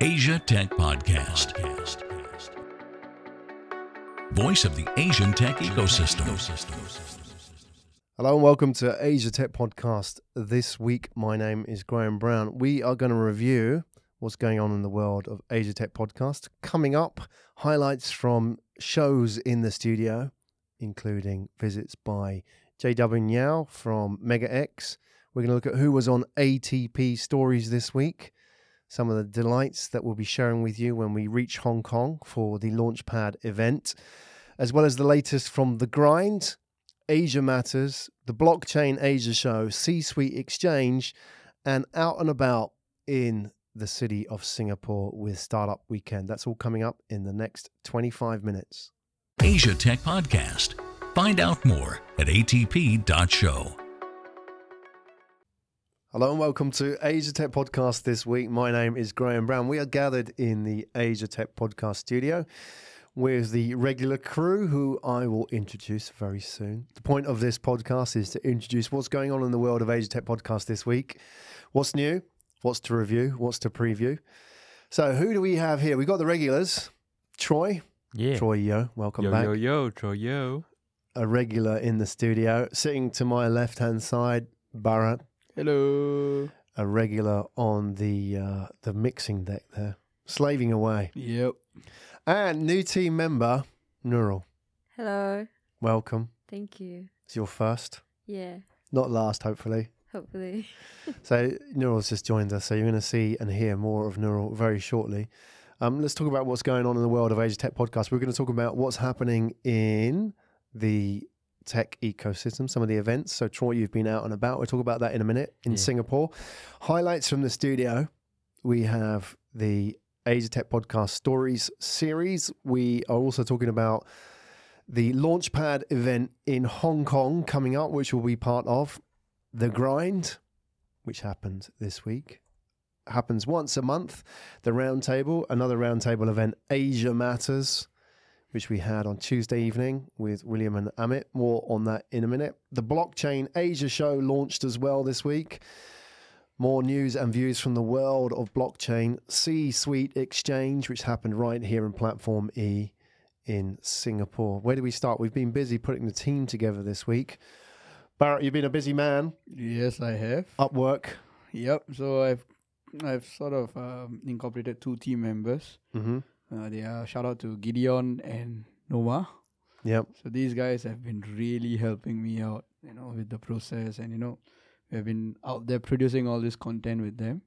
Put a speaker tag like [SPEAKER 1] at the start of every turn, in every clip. [SPEAKER 1] Asia Tech Podcast. Voice of the Asian Tech Ecosystem.
[SPEAKER 2] Hello and welcome to Asia Tech Podcast. This week, my name is Graham Brown. We are going to review what's going on in the world of Asia Tech Podcast. Coming up, highlights from shows in the studio, including visits by JW Niao from Mega X. We're going to look at who was on ATP Stories this week, some of the delights that we'll be sharing with you when we reach Hong Kong for the Launchpad event, as well as the latest from The Grind. Asia Matters, the Blockchain Asia Show, C Suite Exchange, and out and about in the city of Singapore with Startup Weekend. That's all coming up in the next 25 minutes.
[SPEAKER 1] Asia Tech Podcast. Find out more at atp.show.
[SPEAKER 2] Hello and welcome to Asia Tech Podcast this week. My name is Graham Brown. We are gathered in the Asia Tech Podcast studio with the regular crew who I will introduce very soon. The point of this podcast is to introduce what's going on in the world of Asia Tech Podcast this week, what's new, what's to review, what's to preview. So, who do we have here? We've got the regulars Troy.
[SPEAKER 3] Yeah.
[SPEAKER 2] Troy Yo, welcome
[SPEAKER 3] yo,
[SPEAKER 2] back.
[SPEAKER 3] yo, yo, Troy, yo.
[SPEAKER 2] A regular in the studio. Sitting to my left hand side, Barat.
[SPEAKER 4] Hello.
[SPEAKER 2] a regular on the uh, the mixing deck there, slaving away.
[SPEAKER 4] Yep.
[SPEAKER 2] And new team member Neural,
[SPEAKER 5] Hello.
[SPEAKER 2] welcome.
[SPEAKER 5] Thank you.
[SPEAKER 2] It's your first,
[SPEAKER 5] Yeah.
[SPEAKER 2] not last, hopefully.
[SPEAKER 5] Hopefully.
[SPEAKER 2] So Neural's just joined us, so you're going to see and hear more of Neural very shortly. Um, let's talk about what's going on in the world of Asia Tech Podcast. We're going to talk about what's happening in the tech ecosystem, some of the events. So Troy, you've been out and about. We'll talk about that in a minute in
[SPEAKER 3] Yeah.
[SPEAKER 2] Singapore. Highlights from the studio. We have the Asia Tech Podcast Stories series. We are also talking about the Launchpad event in Hong Kong coming up, which will be part of the grind which happened this week. Happens once a month. The roundtable, another roundtable event, Asia Matters, which we had on Tuesday evening with William and Amit. More on that in a minute. The Blockchain Asia Show launched as well this week. More news and views from the world of blockchain. C Suite Exchange, which happened right here in Platform E in Singapore. Where do we start? We've been busy putting the team together this week. Barrett, you've been a busy man.
[SPEAKER 4] Yes, I have.
[SPEAKER 2] Up work.
[SPEAKER 4] Yep. So I've I've sort of um, incorporated two team members.
[SPEAKER 2] Mm-hmm.
[SPEAKER 4] Uh, they are shout out to Gideon and Noah.
[SPEAKER 2] Yep.
[SPEAKER 4] So these guys have been really helping me out, you know, with the process, and you know, we have been out there producing all this content with them.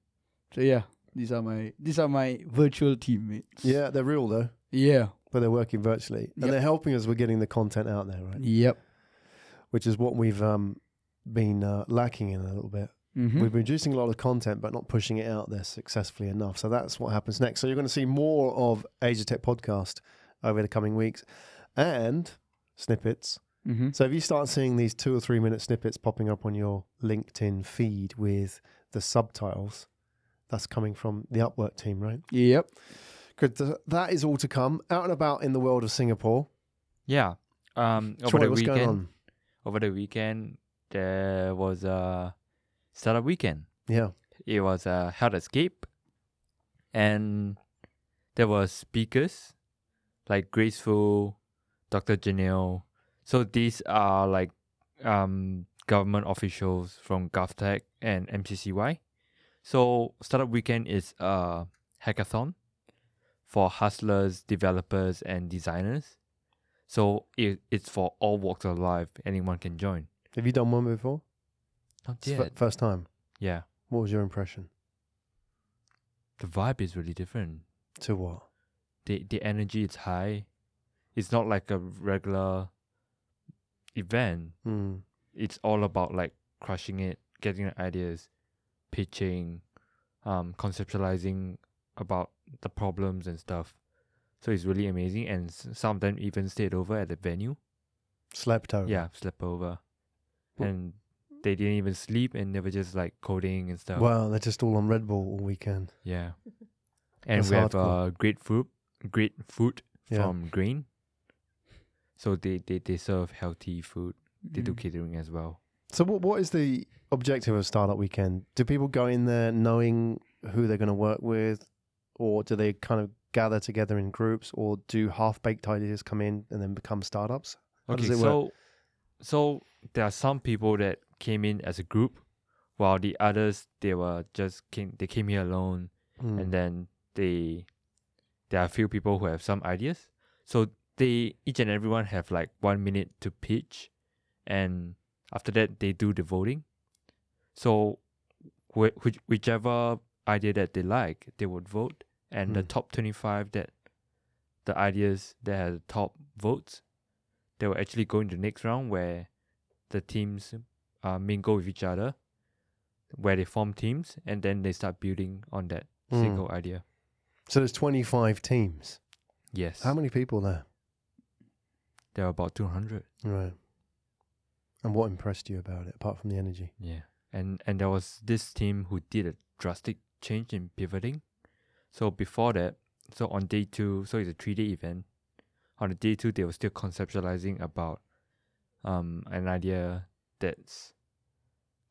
[SPEAKER 4] So yeah, these are my these are my virtual teammates.
[SPEAKER 2] Yeah, they're real though,
[SPEAKER 4] Yeah.
[SPEAKER 2] but they're working virtually, and
[SPEAKER 4] Yep. Mm.
[SPEAKER 2] they're helping us with getting the content out there, right?
[SPEAKER 4] Yep.
[SPEAKER 2] Which is what we've um, been uh, lacking in a little bit.
[SPEAKER 4] Mm-hmm.
[SPEAKER 2] We've been producing a lot of content, but not pushing it out there successfully enough. So that's what happens next. So you're going to see more of Asia Tech podcast over the coming weeks, and snippets.
[SPEAKER 4] mm-hmm.
[SPEAKER 2] So if you start seeing these two or three minute snippets popping up on your LinkedIn feed with the subtitles, that's coming from the Upwork team, right?
[SPEAKER 4] Yep.
[SPEAKER 2] Good. Th- That is all to come. Out and about in the world of Singapore.
[SPEAKER 3] Yeah. Um, over
[SPEAKER 2] Troy,
[SPEAKER 3] the
[SPEAKER 2] what's
[SPEAKER 3] weekend,
[SPEAKER 2] going on?
[SPEAKER 3] over the weekend, there was a startup weekend.
[SPEAKER 2] Yeah.
[SPEAKER 3] It was a held at Scape, and there were speakers like Graceful, Dr. Janelle. So these are like um government officials from GovTech and MCCY. So Startup Weekend is a hackathon for hustlers, developers, and designers. So it, it's for all walks of life. Anyone can join.
[SPEAKER 2] Have you done one before?
[SPEAKER 3] Not
[SPEAKER 2] It's fir-
[SPEAKER 3] yet.
[SPEAKER 2] first time.
[SPEAKER 3] Yeah,
[SPEAKER 2] What was your impression?
[SPEAKER 3] the vibe is really different.
[SPEAKER 2] To what?
[SPEAKER 3] the the energy is high. It's not like a regular event.
[SPEAKER 2] Hmm.
[SPEAKER 3] It's all about like crushing it, getting the ideas, pitching, um, conceptualizing about the problems and stuff. So it's really amazing, and s- some of them even stayed over at the venue.
[SPEAKER 2] Slept over.
[SPEAKER 3] Yeah, slept over,
[SPEAKER 2] Wo-
[SPEAKER 3] and they didn't even sleep, and they were just like coding and stuff.
[SPEAKER 2] Well, they're just all on Red Bull all weekend.
[SPEAKER 3] Yeah. And
[SPEAKER 2] That's
[SPEAKER 3] we have
[SPEAKER 2] hardcore.
[SPEAKER 3] uh, great food, great food
[SPEAKER 2] Yeah.
[SPEAKER 3] from Green. So they, they, they serve healthy food. They do
[SPEAKER 4] Mm.
[SPEAKER 3] catering as well.
[SPEAKER 2] So, what, what is the objective of Startup Weekend? Do people go in there knowing who they're going to work with, or do they kind of gather together in groups, or do half-baked ideas come in and then become startups? How does
[SPEAKER 3] Okay,
[SPEAKER 2] it work?
[SPEAKER 3] so so there are some people that came in as a group, while the others they were just came they came here alone,
[SPEAKER 2] Hmm.
[SPEAKER 3] and then they there are a few people who have some ideas. So they each and everyone have like one minute to pitch, and after that they do the voting. So wh- which, whichever idea that they like, they would vote, and the
[SPEAKER 2] Mm.
[SPEAKER 3] top twenty five that the ideas that had the top votes, they will actually go into the next round where the teams uh, mingle with each other, where they form teams, and then they start building on that
[SPEAKER 2] Mm.
[SPEAKER 3] single idea.
[SPEAKER 2] So there's 25 teams.
[SPEAKER 3] Yes.
[SPEAKER 2] How many people there?
[SPEAKER 3] There are about 200.
[SPEAKER 2] Right. And what impressed you about it, apart from the energy?
[SPEAKER 3] Yeah. And and there was this team who did a drastic change in pivoting. So before that, so on day two, so it's a three day event. On the day two they were still conceptualizing about um an idea that's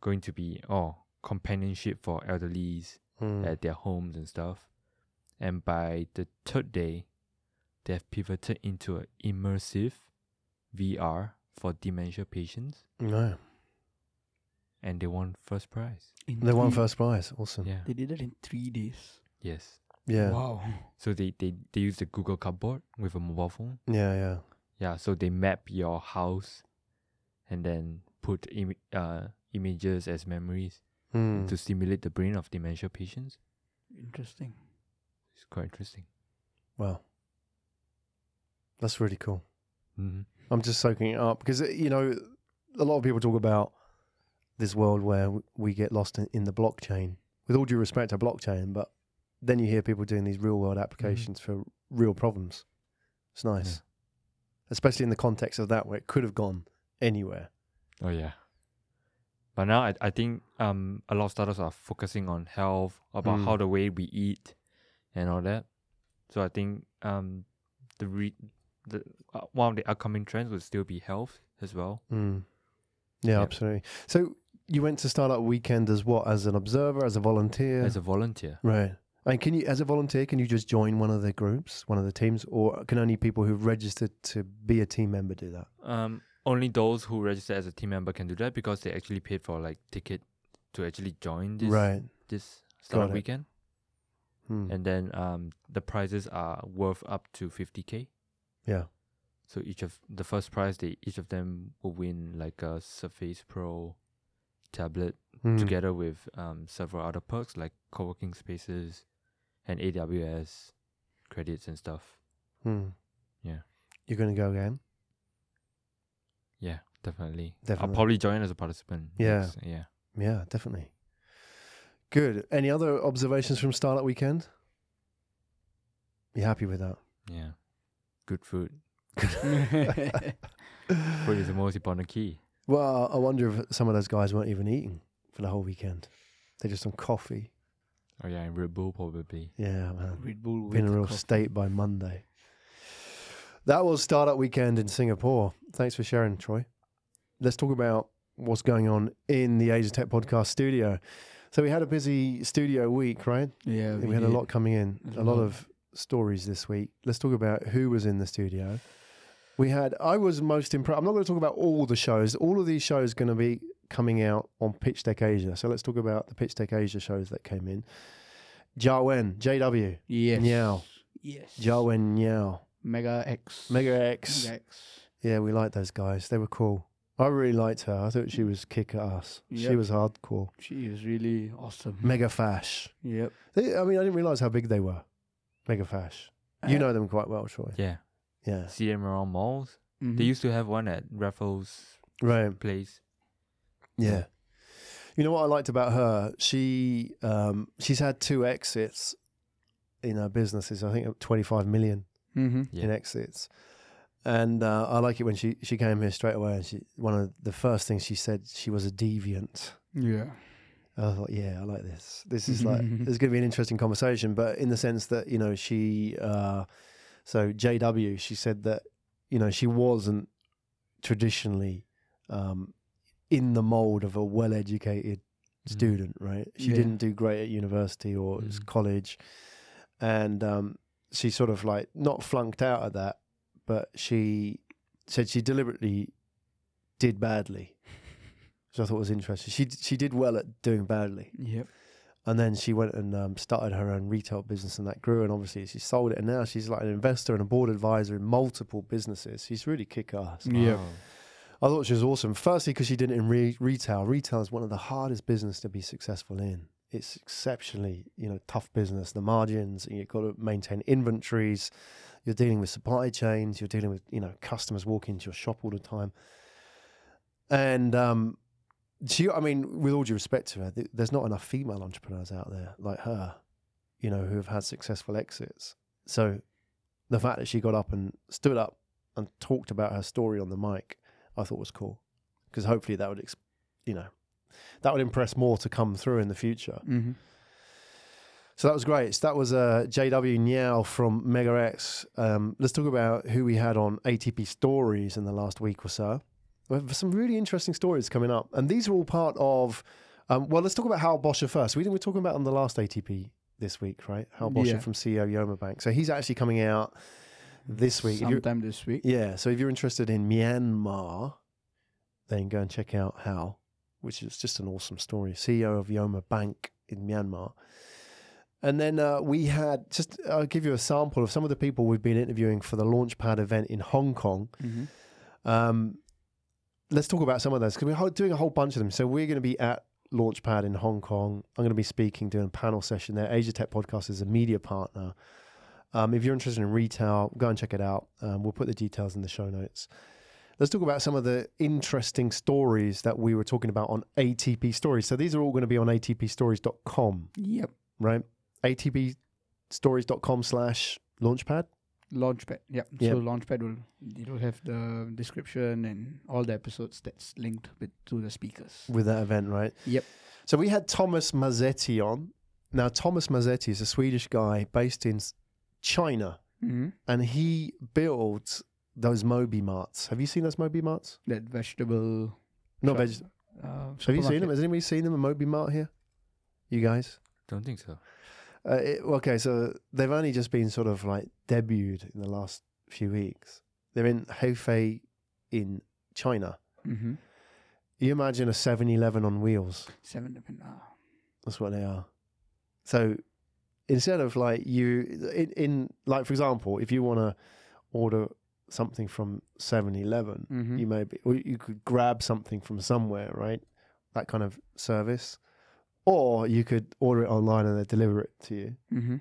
[SPEAKER 3] going to be oh companionship for elderlies
[SPEAKER 2] Hmm.
[SPEAKER 3] at their homes and stuff. And by the third day, they have pivoted into an immersive VR for dementia patients
[SPEAKER 2] No.
[SPEAKER 3] and they won first prize.
[SPEAKER 4] In
[SPEAKER 2] They won
[SPEAKER 4] three-
[SPEAKER 2] first prize. Awesome.
[SPEAKER 3] Yeah.
[SPEAKER 4] Mm-hmm. They did it in three days.
[SPEAKER 3] Yes.
[SPEAKER 2] Yeah.
[SPEAKER 4] Wow.
[SPEAKER 3] So they, they, they use the Google Cardboard with a mobile phone.
[SPEAKER 2] Yeah, yeah.
[SPEAKER 3] Yeah. So they map your house and then put Im- uh, images as memories
[SPEAKER 2] Hmm.
[SPEAKER 3] to stimulate the brain of dementia patients.
[SPEAKER 4] Interesting.
[SPEAKER 3] It's quite interesting.
[SPEAKER 2] Wow. That's really cool.
[SPEAKER 3] Mm-hmm.
[SPEAKER 2] I'm just soaking it up because, you know, a lot of people talk about this world where w- we get lost in, in the blockchain. With all due respect to blockchain, but then you hear people doing these real world applications for real problems. It's nice.
[SPEAKER 3] Mm-hmm. Yeah.
[SPEAKER 2] Especially in the context of that where it could have gone anywhere.
[SPEAKER 3] Oh yeah. But now I, I think um a lot of startups are focusing on health, about
[SPEAKER 2] Mm.
[SPEAKER 3] how the way we eat and all that. So I think um the re- the uh, one of the upcoming trends would still be health as well.
[SPEAKER 2] Mm. Yeah,
[SPEAKER 3] Yeah.
[SPEAKER 2] absolutely. So you went to Startup Weekend as what? As an observer, as a volunteer,
[SPEAKER 3] As a volunteer.
[SPEAKER 2] right? And can you, as a volunteer, can you just join one of the groups, one of the teams, or can only people who've registered to be a team member do that?
[SPEAKER 3] Um only those who register as a team member can do that because they actually paid for like ticket to actually join this
[SPEAKER 2] right.
[SPEAKER 3] this startup
[SPEAKER 2] it.
[SPEAKER 3] weekend.
[SPEAKER 2] Hmm.
[SPEAKER 3] And then um the prizes are worth up to fifty K.
[SPEAKER 2] yeah.
[SPEAKER 3] So each of the first prize, they each of them will win like a Surface Pro tablet
[SPEAKER 2] Hmm.
[SPEAKER 3] together with um, several other perks like co-working spaces and AWS credits and stuff.
[SPEAKER 2] Hmm.
[SPEAKER 3] Yeah.
[SPEAKER 2] You're going to go again.
[SPEAKER 3] Yeah, definitely.
[SPEAKER 2] Definitely.
[SPEAKER 3] I'll probably join as a participant.
[SPEAKER 2] Yeah.
[SPEAKER 3] next- Yeah.
[SPEAKER 2] Yeah, definitely. Good. Any other observations from Startup Weekend? You happy with that?
[SPEAKER 3] Yeah. Good food. Food is the
[SPEAKER 2] well,
[SPEAKER 3] most important key.
[SPEAKER 2] I wonder if some of those guys weren't even eating for the whole weekend. They're just on coffee.
[SPEAKER 3] Oh yeah, and Red Bull probably.
[SPEAKER 2] Yeah, man.
[SPEAKER 4] Red Bull.
[SPEAKER 2] Be in a
[SPEAKER 4] with
[SPEAKER 2] real
[SPEAKER 4] coffee.
[SPEAKER 2] Uh, state by Monday. That was Startup Weekend in Singapore. Thanks for sharing, Troy. Let's talk about what's going on in the Asia Tech Podcast studio. So we had a busy studio week, right?
[SPEAKER 4] Yeah,
[SPEAKER 2] we had a
[SPEAKER 4] did.
[SPEAKER 2] lot coming in,
[SPEAKER 4] There's
[SPEAKER 2] a
[SPEAKER 4] a
[SPEAKER 2] lot
[SPEAKER 4] lot.
[SPEAKER 2] of stories this week. Let's talk about who was in the studio. We had, I was most impressed. I'm not going to talk about all the shows. All of these shows are going to be coming out on Pitch Deck Asia. So let's talk about the Pitch Deck Asia shows that came in. Jawen, JW,
[SPEAKER 4] Yes.
[SPEAKER 2] Meow.
[SPEAKER 4] Yes.
[SPEAKER 2] Jawen Yao,
[SPEAKER 4] Mega X.
[SPEAKER 2] Mega X.
[SPEAKER 4] Mega X.
[SPEAKER 2] Yeah, we liked those guys. They were cool. I really liked her. I thought she was kick ass. She
[SPEAKER 4] Yep.
[SPEAKER 2] was hardcore.
[SPEAKER 4] She is really awesome.
[SPEAKER 2] Mega Fash.
[SPEAKER 4] Yep.
[SPEAKER 2] They, I mean, I didn't realize how big they were. Mega Fash. You
[SPEAKER 4] Uh,
[SPEAKER 2] know them quite well, Troy.
[SPEAKER 3] Yeah.
[SPEAKER 2] Yeah. Mm.
[SPEAKER 3] See them around malls.
[SPEAKER 4] Mhm.
[SPEAKER 3] They used to have one at Raffles
[SPEAKER 2] Right.
[SPEAKER 3] Place.
[SPEAKER 2] Yeah. You know what I liked about her? She um, she's had two exits in her businesses. I think twenty five million
[SPEAKER 4] Mhm.
[SPEAKER 2] in
[SPEAKER 3] Yeah.
[SPEAKER 2] exits. And uh, I like it when she, she came here straight away. And she one of the first things she said she was a deviant.
[SPEAKER 4] Yeah.
[SPEAKER 2] I thought, yeah, I like this. This is like there's going to be an interesting conversation, but in the sense that you know she, uh, so JW, she said that you know she wasn't traditionally um, in the mold of a well-educated
[SPEAKER 3] Mm.
[SPEAKER 2] student, right? She
[SPEAKER 4] Yeah.
[SPEAKER 2] didn't do great at university or s-
[SPEAKER 3] Mm.
[SPEAKER 2] college, and um, she sort of like not flunked out at that, but she said she deliberately did badly, which I thought was interesting. She she did well at doing badly,
[SPEAKER 4] Yep.
[SPEAKER 2] and then she went and um, started her own retail business, and that grew. And obviously, she sold it, and now she's like an investor and a board advisor in multiple businesses. She's really kick ass.
[SPEAKER 4] Yeah.
[SPEAKER 3] Wow.
[SPEAKER 2] I thought she was awesome. Firstly, because she did it in re- retail. Retail is one of the hardest business to be successful in. It's exceptionally, you know, tough business. The margins, you've got to maintain inventories. You're dealing with supply chains. You're dealing with, you know, customers walking into your shop all the time. And um, she, I mean, with all due respect to her, th- there's not enough female entrepreneurs out there like her, you know, who have had successful exits. So the fact that she got up and stood up and talked about her story on the mic I thought was cool because hopefully that would, ex- you know, that would impress more to come through in the future.
[SPEAKER 4] Mm-hmm.
[SPEAKER 2] So that was great. So that was uh, JW Niao from Mega X. Um, let's talk about who we had on ATP stories in the last week or so. We have some really interesting stories coming up, and these are all part of. Um, well, let's talk about Hal Boscher first. We didn't- we were talking about on the last ATP this week, right? Hal Boscher
[SPEAKER 4] Yeah.
[SPEAKER 2] from CEO Yoma Bank. So he's actually coming out this week. If you're-
[SPEAKER 4] Sometime this week.
[SPEAKER 2] yeah, so if you're interested in Myanmar, then go and check out Hal, which is just an awesome story. CEO of Yoma Bank in Myanmar. And then uh, we had just, I'll give you a sample of some of the people we've been interviewing for the Launchpad event in Hong Kong.
[SPEAKER 4] Mm-hmm.
[SPEAKER 2] Um, let's talk about some of those because we're ho- doing a whole bunch of them. So we're going to be at Launchpad in Hong Kong. I'm going to be speaking, doing a panel session there. Asia Tech Podcast is a media partner. Um, if you're interested in retail, go and check it out. Um, we'll put the details in the show notes. Let's talk about some of the interesting stories that we were talking about on ATP Stories. So these are all going to be on atpstories.com,
[SPEAKER 4] Yep.
[SPEAKER 2] right? atpstories.com slash launchpad.
[SPEAKER 4] Launchpad. Yep.
[SPEAKER 2] Yep.
[SPEAKER 4] So Launchpad will it will have the description and all the episodes that's linked with to the speakers.
[SPEAKER 2] with that event, right?
[SPEAKER 4] Yep.
[SPEAKER 2] So we had Thomas Mazzetti on. Now, Thomas Mazzetti is a Swedish guy based in S- China,
[SPEAKER 4] Mm-hmm.
[SPEAKER 2] and he builds those Moby Marts. Have you seen those Moby Marts?
[SPEAKER 4] That vegetable.
[SPEAKER 2] No,
[SPEAKER 4] shop,
[SPEAKER 2] veg-
[SPEAKER 4] uh,
[SPEAKER 2] have you seen
[SPEAKER 4] supermarket.
[SPEAKER 2] them? Has anybody seen them? A Moby Mart here? You guys?
[SPEAKER 3] Don't think so.
[SPEAKER 2] Uh, it, okay, so they've only just been sort of like debuted in the last few weeks. They're in Hefei in China.
[SPEAKER 4] Mm-hmm.
[SPEAKER 2] You imagine a 7 Eleven on wheels.
[SPEAKER 4] Seven. Eleven, Ah.
[SPEAKER 2] That's what they are. So instead of like you in, in like for example, if you want to order something from 7-Eleven,
[SPEAKER 4] Mm-hmm.
[SPEAKER 2] you may be, or you could grab something from somewhere, right? That kind of service, or you could order it online and they deliver it to you.
[SPEAKER 4] mm-hmm.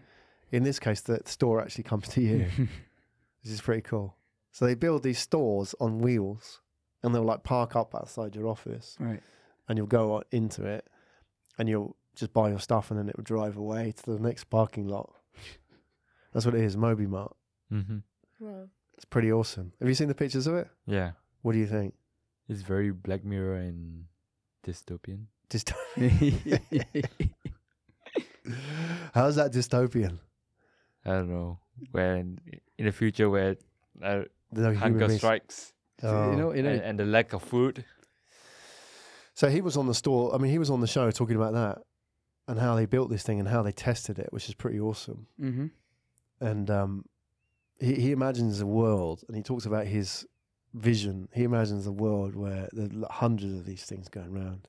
[SPEAKER 2] In this case, the store actually comes to you, which is pretty cool. So they build these stores on wheels, and they'll like park up outside your office,
[SPEAKER 4] Right.
[SPEAKER 2] and you'll go o- into it and you'll just buy your stuff and then it will drive away to the next parking lot. That's what it is, Moby Mart.
[SPEAKER 3] Mm-hmm.
[SPEAKER 5] Wow.
[SPEAKER 2] It's pretty awesome. Have you seen the pictures of it?
[SPEAKER 3] Yeah,
[SPEAKER 2] What do you think?
[SPEAKER 3] it's very Black Mirror and dystopian.
[SPEAKER 2] Just
[SPEAKER 4] Mm-hmm.
[SPEAKER 2] How's that dystopian?
[SPEAKER 3] I don't know when in the future where uh,
[SPEAKER 2] No human
[SPEAKER 3] hunger
[SPEAKER 2] beings-
[SPEAKER 3] strikes
[SPEAKER 2] Oh.
[SPEAKER 4] You know. You know.
[SPEAKER 3] and, and the lack of food.
[SPEAKER 2] So he was on the store. I mean, he was on the show talking about that and how they built this thing and how they tested it, which is pretty awesome.
[SPEAKER 4] mm-hmm.
[SPEAKER 2] and um, he, he imagines a world, and he talks about his vision. He imagines a world where there are hundreds of these things going round.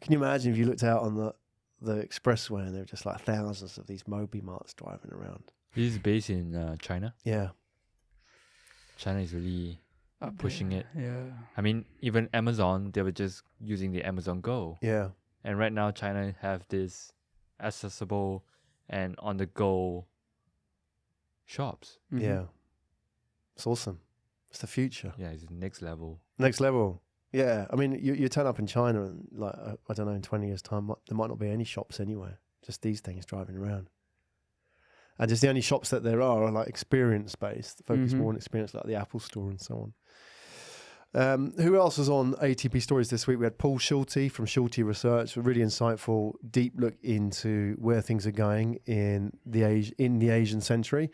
[SPEAKER 2] Can you imagine if you looked out on the the expressway and there were just like thousands of these Moby Marts driving around?
[SPEAKER 3] This is based in uh, China.
[SPEAKER 2] Yeah,
[SPEAKER 3] China is really.
[SPEAKER 4] Up
[SPEAKER 3] Pushing
[SPEAKER 4] there.
[SPEAKER 3] it.
[SPEAKER 4] Yeah.
[SPEAKER 3] I mean, even Amazon, they were just using the Amazon Go,
[SPEAKER 2] yeah,
[SPEAKER 3] and right now China have this accessible and on the go shops.
[SPEAKER 4] Mhm.
[SPEAKER 2] yeah. It's awesome. It's the future.
[SPEAKER 3] Yeah, it's next level.
[SPEAKER 2] Next level. Yeah, I mean, you, you turn up in China and like uh, I don't know, in twenty years' time, mi- there might not be any shops anywhere. Just these things driving around, and just the only shops that there are are like experience based, focus
[SPEAKER 4] Mhm.
[SPEAKER 2] more on experience, like the Apple Store and so on. Um, who else was on ATP Stories this week? We had Paul Schulte from Schulte Research, a really insightful, deep look into where things are going in the age in the Asian century.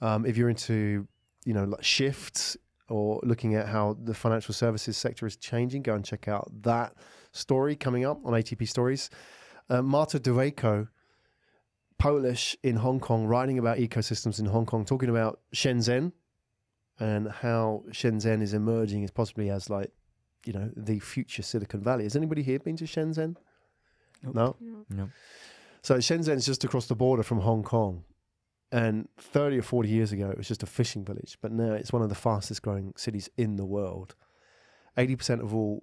[SPEAKER 2] Um, if you're into, you know, like shifts or looking at how the financial services sector is changing, go and check out that story coming up on ATP Stories. Uh, Marta Dueco Polish in Hong Kong writing about ecosystems in Hong Kong, talking about Shenzhen and how Shenzhen is emerging as possibly as like, you know, the future Silicon Valley. Has anybody here been to Shenzhen?
[SPEAKER 4] Nope.
[SPEAKER 2] No.
[SPEAKER 5] No.
[SPEAKER 2] So Shenzhen's just across the border from Hong Kong. And 30 or 40 years ago, it was just a fishing village, but now it's one of the fastest growing cities in the world. 80% of all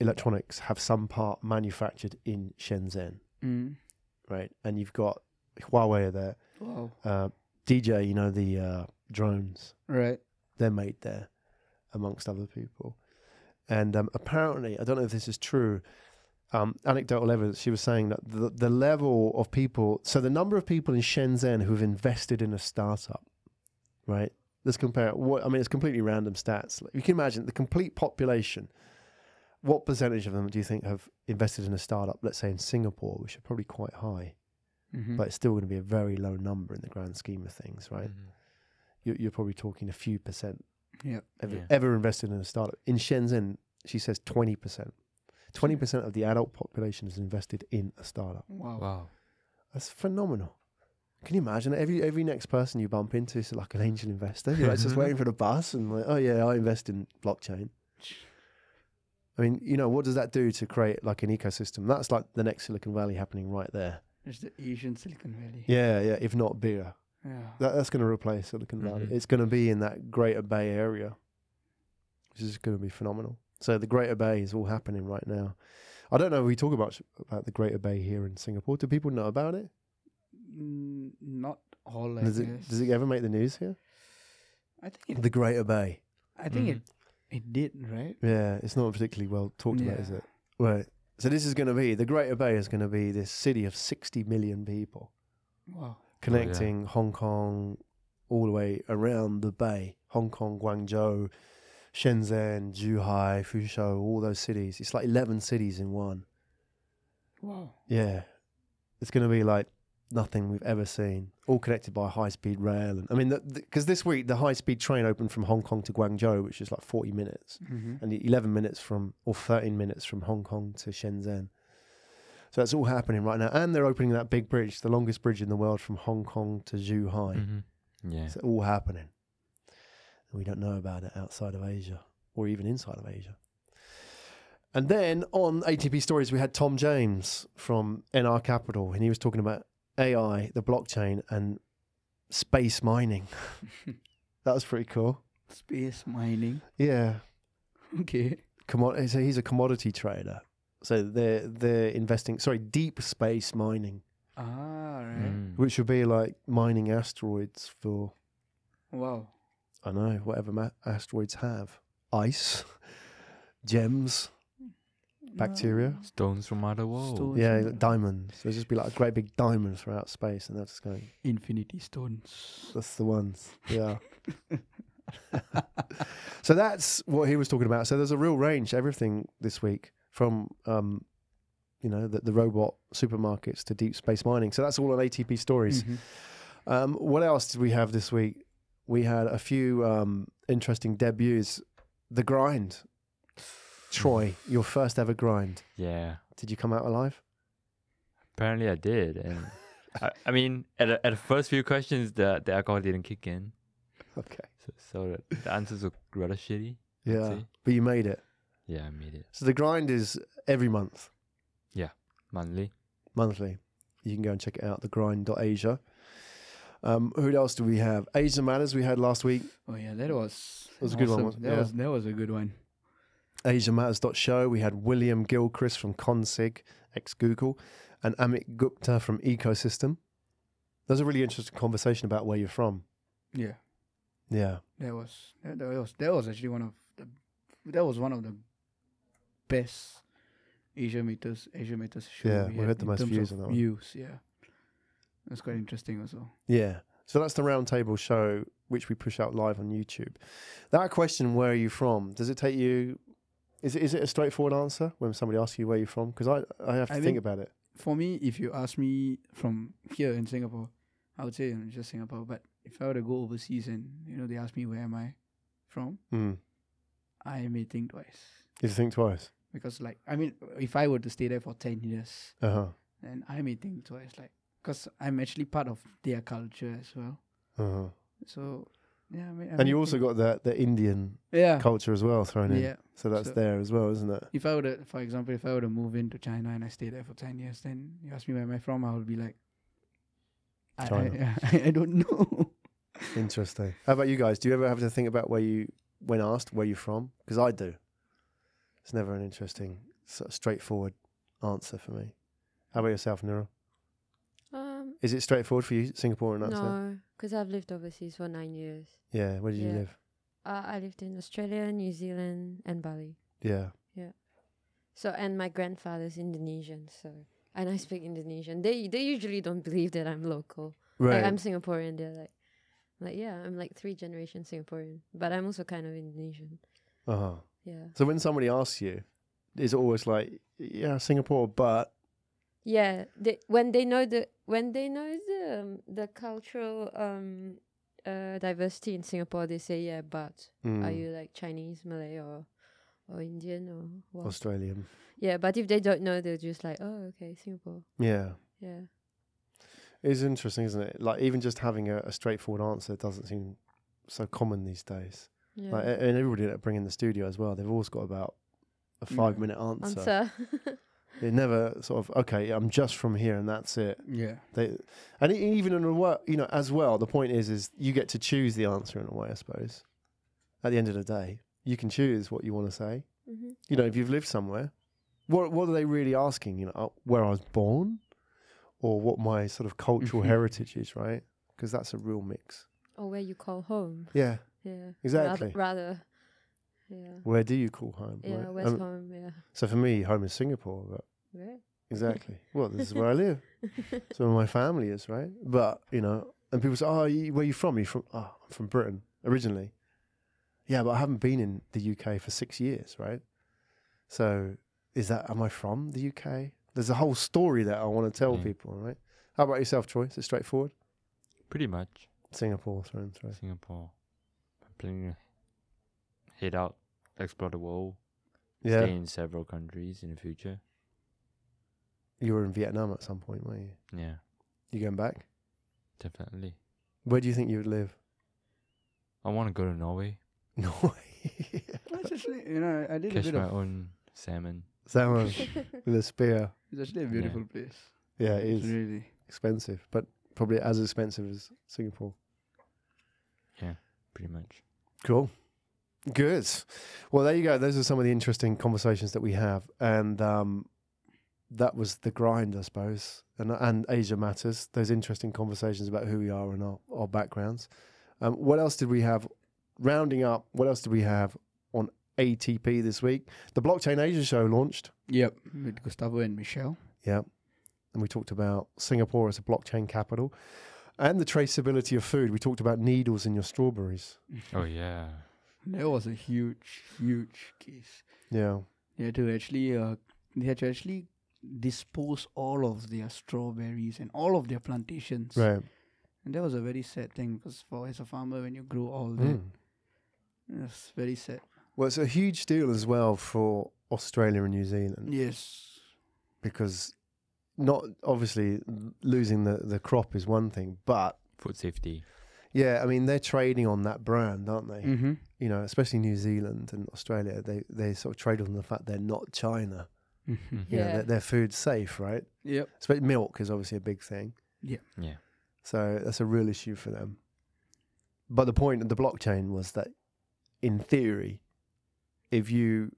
[SPEAKER 2] electronics have some part manufactured in Shenzhen,
[SPEAKER 4] Mm.
[SPEAKER 2] right? And you've got Huawei are there,
[SPEAKER 4] Wow.
[SPEAKER 2] uh, DJ, you know, the uh, drones,
[SPEAKER 4] Right.
[SPEAKER 2] they're made there amongst other people. And um, apparently, I don't know if this is true, um, anecdotal evidence, she was saying that the, the level of people, so the number of people in Shenzhen who've invested in a startup, right? Let's compare it. What, I mean, it's completely random stats. Like, You can imagine the complete population. What percentage of them do you think have invested in a startup, let's say in Singapore, which are probably quite high?
[SPEAKER 4] Mm-hmm.
[SPEAKER 2] but it's still going to be a very low number in the grand scheme of things, right?
[SPEAKER 3] Mm-hmm.
[SPEAKER 2] You're, you're probably talking a few percent
[SPEAKER 4] yeah.
[SPEAKER 2] ever,
[SPEAKER 3] Yeah.
[SPEAKER 2] ever invested in a startup. In Shenzhen, she says 20%. 20% of the adult population is invested in a startup.
[SPEAKER 4] Wow.
[SPEAKER 3] Wow.
[SPEAKER 2] That's phenomenal. Can you imagine? Every every next person you bump into is like an angel investor. You're like just waiting for the bus and like, oh yeah, I invest in blockchain. I mean, you know, what does that do to create like an ecosystem? That's like the next Silicon Valley happening right there.
[SPEAKER 4] It's the Asian Silicon Valley.
[SPEAKER 2] Yeah, yeah, if not bigger.
[SPEAKER 4] Yeah.
[SPEAKER 2] That, that's going to replace Silicon Valley.
[SPEAKER 3] Mhm.
[SPEAKER 2] It's going to be in that Greater Bay Area, which is going to be phenomenal. So the Greater Bay is all happening right now. I don't know. if We talk about about the Greater Bay here in Singapore. Do people know about it?
[SPEAKER 4] Mm, not all. I
[SPEAKER 2] Does
[SPEAKER 4] guess.
[SPEAKER 2] it does it ever make the news here?
[SPEAKER 4] I think it.
[SPEAKER 2] The Greater Bay.
[SPEAKER 4] I think
[SPEAKER 3] Mhm.
[SPEAKER 2] Mm-hmm.
[SPEAKER 4] it. It did right.
[SPEAKER 2] Yeah, it's not particularly well talked about, is
[SPEAKER 4] Yeah.
[SPEAKER 2] it? Right. So this is going to be the Greater Bay is going to be this city of sixty million people
[SPEAKER 4] Wow.
[SPEAKER 2] connecting Hong Kong all the way around the bay. Hong Kong, Guangzhou, Shenzhen, Zhuhai, Fuzhou, all those cities. It's like 11 cities in one.
[SPEAKER 4] Wow.
[SPEAKER 2] Yeah. It's going to be like nothing we've ever seen, all connected by high speed rail. And I mean, because the, 'cause this week the high speed train opened from Hong Kong to Guangzhou, which is like 40 minutes,
[SPEAKER 4] Mm-hmm.
[SPEAKER 2] and 11 minutes from, or 13 minutes from Hong Kong to Shenzhen. So that's all happening right now. And they're opening that big bridge, the longest bridge in the world from Hong Kong to Zhuhai.
[SPEAKER 3] Mm-hmm. Yeah.
[SPEAKER 2] It's all happening. And we don't know about it outside of Asia or even inside of Asia. And then on ATP Stories, we had Tom James from NR Capital, and he was talking about AI, the blockchain, and space mining. that was pretty cool.
[SPEAKER 4] Space mining.
[SPEAKER 2] Yeah.
[SPEAKER 4] Okay.
[SPEAKER 2] Commo- so he's a commodity trader. So they're, they're investing, sorry, deep space mining,
[SPEAKER 4] Ah. Right.
[SPEAKER 3] Mm.
[SPEAKER 2] which would be like mining asteroids for
[SPEAKER 4] Wow.
[SPEAKER 2] I know, whatever ma- asteroids have ice, gems, bacteria.
[SPEAKER 3] Stones from other world.
[SPEAKER 4] Stone.
[SPEAKER 2] Yeah,
[SPEAKER 4] yeah.
[SPEAKER 2] diamonds. There'll just be like a great big diamond throughout space, and they're just going,
[SPEAKER 4] Infinity stones.
[SPEAKER 2] that's the ones. Yeah. so that's what he was talking about. So there's a real range, everything this week from, um, you know, the, the robot supermarkets to deep space mining. So that's all on ATP stories.
[SPEAKER 4] Mhm.
[SPEAKER 2] Um, what else did we have this week? We had a few um, interesting debuts. The grind. Troy, your first ever grind.
[SPEAKER 3] Yeah.
[SPEAKER 2] Did you come out alive?
[SPEAKER 3] Apparently I did, and I, I mean, at the- at the first few questions, the the alcohol didn't kick in,
[SPEAKER 2] Okay.
[SPEAKER 3] so, so the, the answers were rather shitty. I'd
[SPEAKER 2] Yeah.
[SPEAKER 3] say.
[SPEAKER 2] But you made it.
[SPEAKER 3] Yeah, I made it
[SPEAKER 2] So the grind is every month,
[SPEAKER 3] monthly.
[SPEAKER 2] monthly. You can go and check it out, thegrind.asia. Um, who else do we have? Asia Matters we had last week.
[SPEAKER 4] Oh yeah, that was.
[SPEAKER 2] That was a good one,
[SPEAKER 4] awesome.
[SPEAKER 2] wasn't it?
[SPEAKER 4] That
[SPEAKER 2] Yeah.
[SPEAKER 4] was that was a good one.
[SPEAKER 2] AsiaMatters.show. We had William Gilchrist from Consig, ex Google, and Amit Gupta from Ecosystem. That was a really interesting conversation about where you're from.
[SPEAKER 4] Yeah.
[SPEAKER 2] Yeah.
[SPEAKER 4] That was that, that was that was actually one of the that was one of the best Asia meters Asia meters show.
[SPEAKER 2] Yeah, we had the
[SPEAKER 4] in
[SPEAKER 2] most
[SPEAKER 4] terms
[SPEAKER 2] views
[SPEAKER 4] of
[SPEAKER 2] on that one.
[SPEAKER 4] Views, yeah. That's quite interesting also.
[SPEAKER 2] Yeah. So that's the roundtable show, which we push out live on YouTube. That question, where are you from? Does it take you? Is it, is it a straightforward answer when somebody asks you where you're from? Because I, I have to
[SPEAKER 4] I
[SPEAKER 2] think
[SPEAKER 4] think-
[SPEAKER 2] about it.
[SPEAKER 4] For me, if you ask me from here in Singapore, I would say I'm just Singapore. But if I were to go overseas and you know they ask me where am I from,
[SPEAKER 2] Mm.
[SPEAKER 4] I may think twice
[SPEAKER 2] You think twice.
[SPEAKER 4] because like I mean, if I were to stay there for ten years,
[SPEAKER 2] Uh huh.
[SPEAKER 4] then I may think twice like because I'm actually part of their culture as well.
[SPEAKER 2] Uh-huh.
[SPEAKER 4] So yeah, I mean, I
[SPEAKER 2] And
[SPEAKER 4] mean,
[SPEAKER 2] you also got the, the Indian
[SPEAKER 4] yeah,
[SPEAKER 2] culture as well thrown in.
[SPEAKER 4] yeah.
[SPEAKER 2] So that's
[SPEAKER 4] So-
[SPEAKER 2] there as well, isn't it?
[SPEAKER 4] If I were to, for example, if I were to move into China and I stay there for ten years, then you ask me where am I from, I will be like, I,
[SPEAKER 2] China.
[SPEAKER 4] I, I, don't know.
[SPEAKER 2] Interesting. How about you guys? Do you ever have to think about where you, when asked, where you're from? Because I do. It's never an interesting, sort of straightforward answer for me. How about yourself, Nura?
[SPEAKER 5] Um,
[SPEAKER 2] Is it straightforward for you, Singaporean accent?
[SPEAKER 5] no, because I've lived overseas for nine years.
[SPEAKER 2] Yeah. Where did you
[SPEAKER 5] Yeah.
[SPEAKER 2] live?
[SPEAKER 5] Uh, I lived in Australia, New Zealand, and Bali.
[SPEAKER 2] Yeah.
[SPEAKER 5] So, and my grandfather's Indonesian. So, and I speak Indonesian. They they usually don't believe that I'm local.
[SPEAKER 2] Right.
[SPEAKER 5] Like I'm Singaporean. They're like, like yeah, I'm like three generation Singaporean, but I'm also kind of Indonesian.
[SPEAKER 2] uh huh.
[SPEAKER 5] Yeah.
[SPEAKER 2] So when somebody asks you, is it always like, yeah, Singapore, but
[SPEAKER 5] Yeah, they, when they know the when they know the um, the cultural um uh diversity in Singapore, they say yeah, but are
[SPEAKER 2] Mm,
[SPEAKER 5] you like Chinese, Malay, or or Indian or what?
[SPEAKER 2] Australian?
[SPEAKER 5] yeah, but if they don't know, they're just like, oh, okay, Singapore.
[SPEAKER 2] Yeah.
[SPEAKER 5] Yeah,
[SPEAKER 2] It's interesting, isn't it? Like even just having a, a straightforward answer doesn't seem so common these days.
[SPEAKER 5] yeah.
[SPEAKER 2] Like, a- and everybody that bring in the studio as well, they've always got about a five minute answer.
[SPEAKER 5] Answer.
[SPEAKER 2] They never sort of okay, I'm just from here and that's it.
[SPEAKER 4] yeah,
[SPEAKER 2] They and e- even in a work, you know, as well. The point is, is you get to choose the answer in a way, I suppose. At the end of the day, you can choose what you want to say.
[SPEAKER 5] hmm
[SPEAKER 2] You know, if you've lived somewhere, what what are they really asking? You know, uh, where I was born, or what my sort of cultural
[SPEAKER 4] Mhm.
[SPEAKER 5] Mm-hmm.
[SPEAKER 2] heritage is, right? Because that's a real mix.
[SPEAKER 5] Or where you call home.
[SPEAKER 2] Yeah,
[SPEAKER 5] Yeah.
[SPEAKER 2] Exactly.
[SPEAKER 5] Rather. rather yeah.
[SPEAKER 2] where do you call home?
[SPEAKER 5] Yeah,
[SPEAKER 2] right?
[SPEAKER 5] where's
[SPEAKER 2] Um,
[SPEAKER 5] home? Yeah.
[SPEAKER 2] So for me, home is Singapore, but
[SPEAKER 5] Where?
[SPEAKER 2] Exactly. Well, this is where I live. It's where my family is, right? But you know, and people say, "Oh, you, where are you from? You from? Oh, I'm from Britain originally." Yeah, but I haven't been in the UK for six years, right? So, is that am I from the UK? There's a whole story that I want to tell
[SPEAKER 3] Mm.
[SPEAKER 2] people, right? How about yourself, Troy? Is it straightforward?
[SPEAKER 3] Pretty much
[SPEAKER 2] Singapore through and through.
[SPEAKER 3] Singapore. I'm planning to head out, explore the world,
[SPEAKER 2] Yeah,
[SPEAKER 3] stay in several countries in the future.
[SPEAKER 2] you were in Vietnam at some point, weren't you?
[SPEAKER 3] Yeah,
[SPEAKER 2] You going back?
[SPEAKER 3] definitely.
[SPEAKER 2] Where do you think you would live?
[SPEAKER 3] I want to go to Norway,
[SPEAKER 2] Norway.
[SPEAKER 4] that's actually you know I did a
[SPEAKER 3] catch
[SPEAKER 4] bit
[SPEAKER 3] my
[SPEAKER 4] of.
[SPEAKER 3] own salmon.
[SPEAKER 2] Someone with a spear.
[SPEAKER 4] It's actually a
[SPEAKER 3] Yeah.
[SPEAKER 4] beautiful place.
[SPEAKER 2] Yeah, it
[SPEAKER 4] It's
[SPEAKER 2] is.
[SPEAKER 4] really.
[SPEAKER 2] expensive, but probably as expensive as Singapore.
[SPEAKER 3] Pretty much.
[SPEAKER 2] Cool. Good. Well, there you go. Those are some of the interesting conversations that we have, and um, that was the grind, I suppose, and and Asia matters. Those interesting conversations about who we are and our our backgrounds. Um, what else did we have? Rounding up, what else did we have on ATP this week? The Blockchain Asia show launched,
[SPEAKER 4] Yep, with Gustavo and Michelle.
[SPEAKER 2] and we talked about Singapore as a blockchain capital, and the traceability of food. We talked about needles in your strawberries.
[SPEAKER 3] Oh yeah.
[SPEAKER 4] That was a huge, huge case.
[SPEAKER 2] Yeah.
[SPEAKER 4] They had to actually, uh, they had to actually dispose all of their strawberries and all of their plantations.
[SPEAKER 2] Right.
[SPEAKER 4] And that was a very sad thing because for as a farmer, when you grow all that,
[SPEAKER 2] Mm.
[SPEAKER 4] it's very sad.
[SPEAKER 2] Well, it's a huge deal as well for Australia and New Zealand
[SPEAKER 4] Yes.
[SPEAKER 2] because not obviously losing the, the crop is one thing, but
[SPEAKER 3] Food safety.
[SPEAKER 2] yeah, I mean they're trading on that brand, aren't they?
[SPEAKER 4] Mm-hmm.
[SPEAKER 2] You know, especially New Zealand and Australia, they they sort of trade on the fact they're not China. You know,
[SPEAKER 5] Yeah.
[SPEAKER 2] their, their food's safe, right?
[SPEAKER 4] Mm-hmm. Yep.
[SPEAKER 2] Especially milk is obviously a big thing.
[SPEAKER 3] Yeah.
[SPEAKER 2] So that's a real issue for them. But the point of the blockchain was that, in theory, if you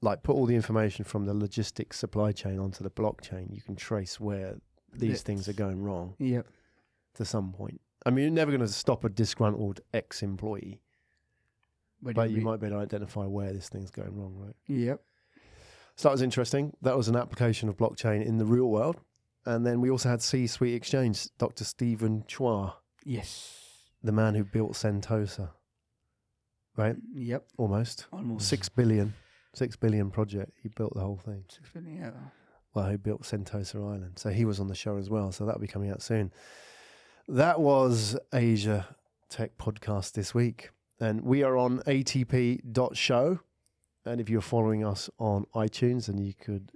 [SPEAKER 2] like put all the information from the logistics supply chain onto the blockchain, you can trace where these things are
[SPEAKER 4] Yes.
[SPEAKER 2] going wrong
[SPEAKER 4] Yep.
[SPEAKER 2] to some point. I mean, you're never going to stop a disgruntled ex-employee, but you
[SPEAKER 4] be-
[SPEAKER 2] might be able to identify where this thing's going wrong, right?
[SPEAKER 4] Yep.
[SPEAKER 2] So that was interesting. That was an application of blockchain in the real world. And then we also had C-Suite Exchange, Dr. Stephen Chua,
[SPEAKER 4] Yes.
[SPEAKER 2] the man who built Sentosa, right?
[SPEAKER 4] Yep.
[SPEAKER 2] Almost
[SPEAKER 4] Almost.
[SPEAKER 2] six billion, six billion project. He built the whole thing.
[SPEAKER 4] Six billion. Yeah.
[SPEAKER 2] Well, who built Sentosa Island? So he was on the show as well. So that'll be coming out soon. That was Asia Tech Podcast this week, and we are on ATP.show. And if you're following us on iTunes, then you could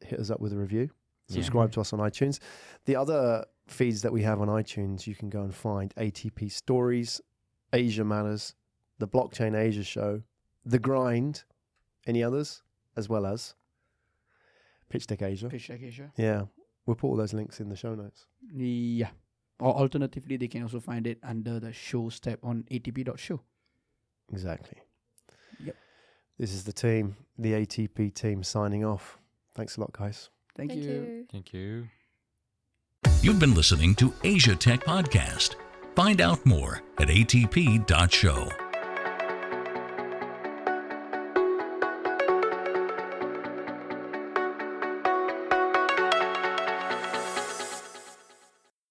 [SPEAKER 2] hit us up with a review. It's subscribe to us on iTunes. The other feeds that we have on iTunes, you can go and find ATP Stories, Asia Matters, the Blockchain Asia Show, The Grind, any others, as well as Pitch Deck Asia.
[SPEAKER 4] Pitch Deck Asia.
[SPEAKER 2] Yeah, we'll put all those links in the show notes.
[SPEAKER 4] Yeah. Or alternatively, they can also find it under the shows tab on atp.show.
[SPEAKER 2] Exactly.
[SPEAKER 4] Yep.
[SPEAKER 2] This is the team, the ATP team, signing off. Thanks a lot, guys.
[SPEAKER 4] Thank,
[SPEAKER 5] Thank
[SPEAKER 4] you.
[SPEAKER 5] you.
[SPEAKER 3] Thank you.
[SPEAKER 1] You've been listening to Asia Tech Podcast. Find out more at atp.show.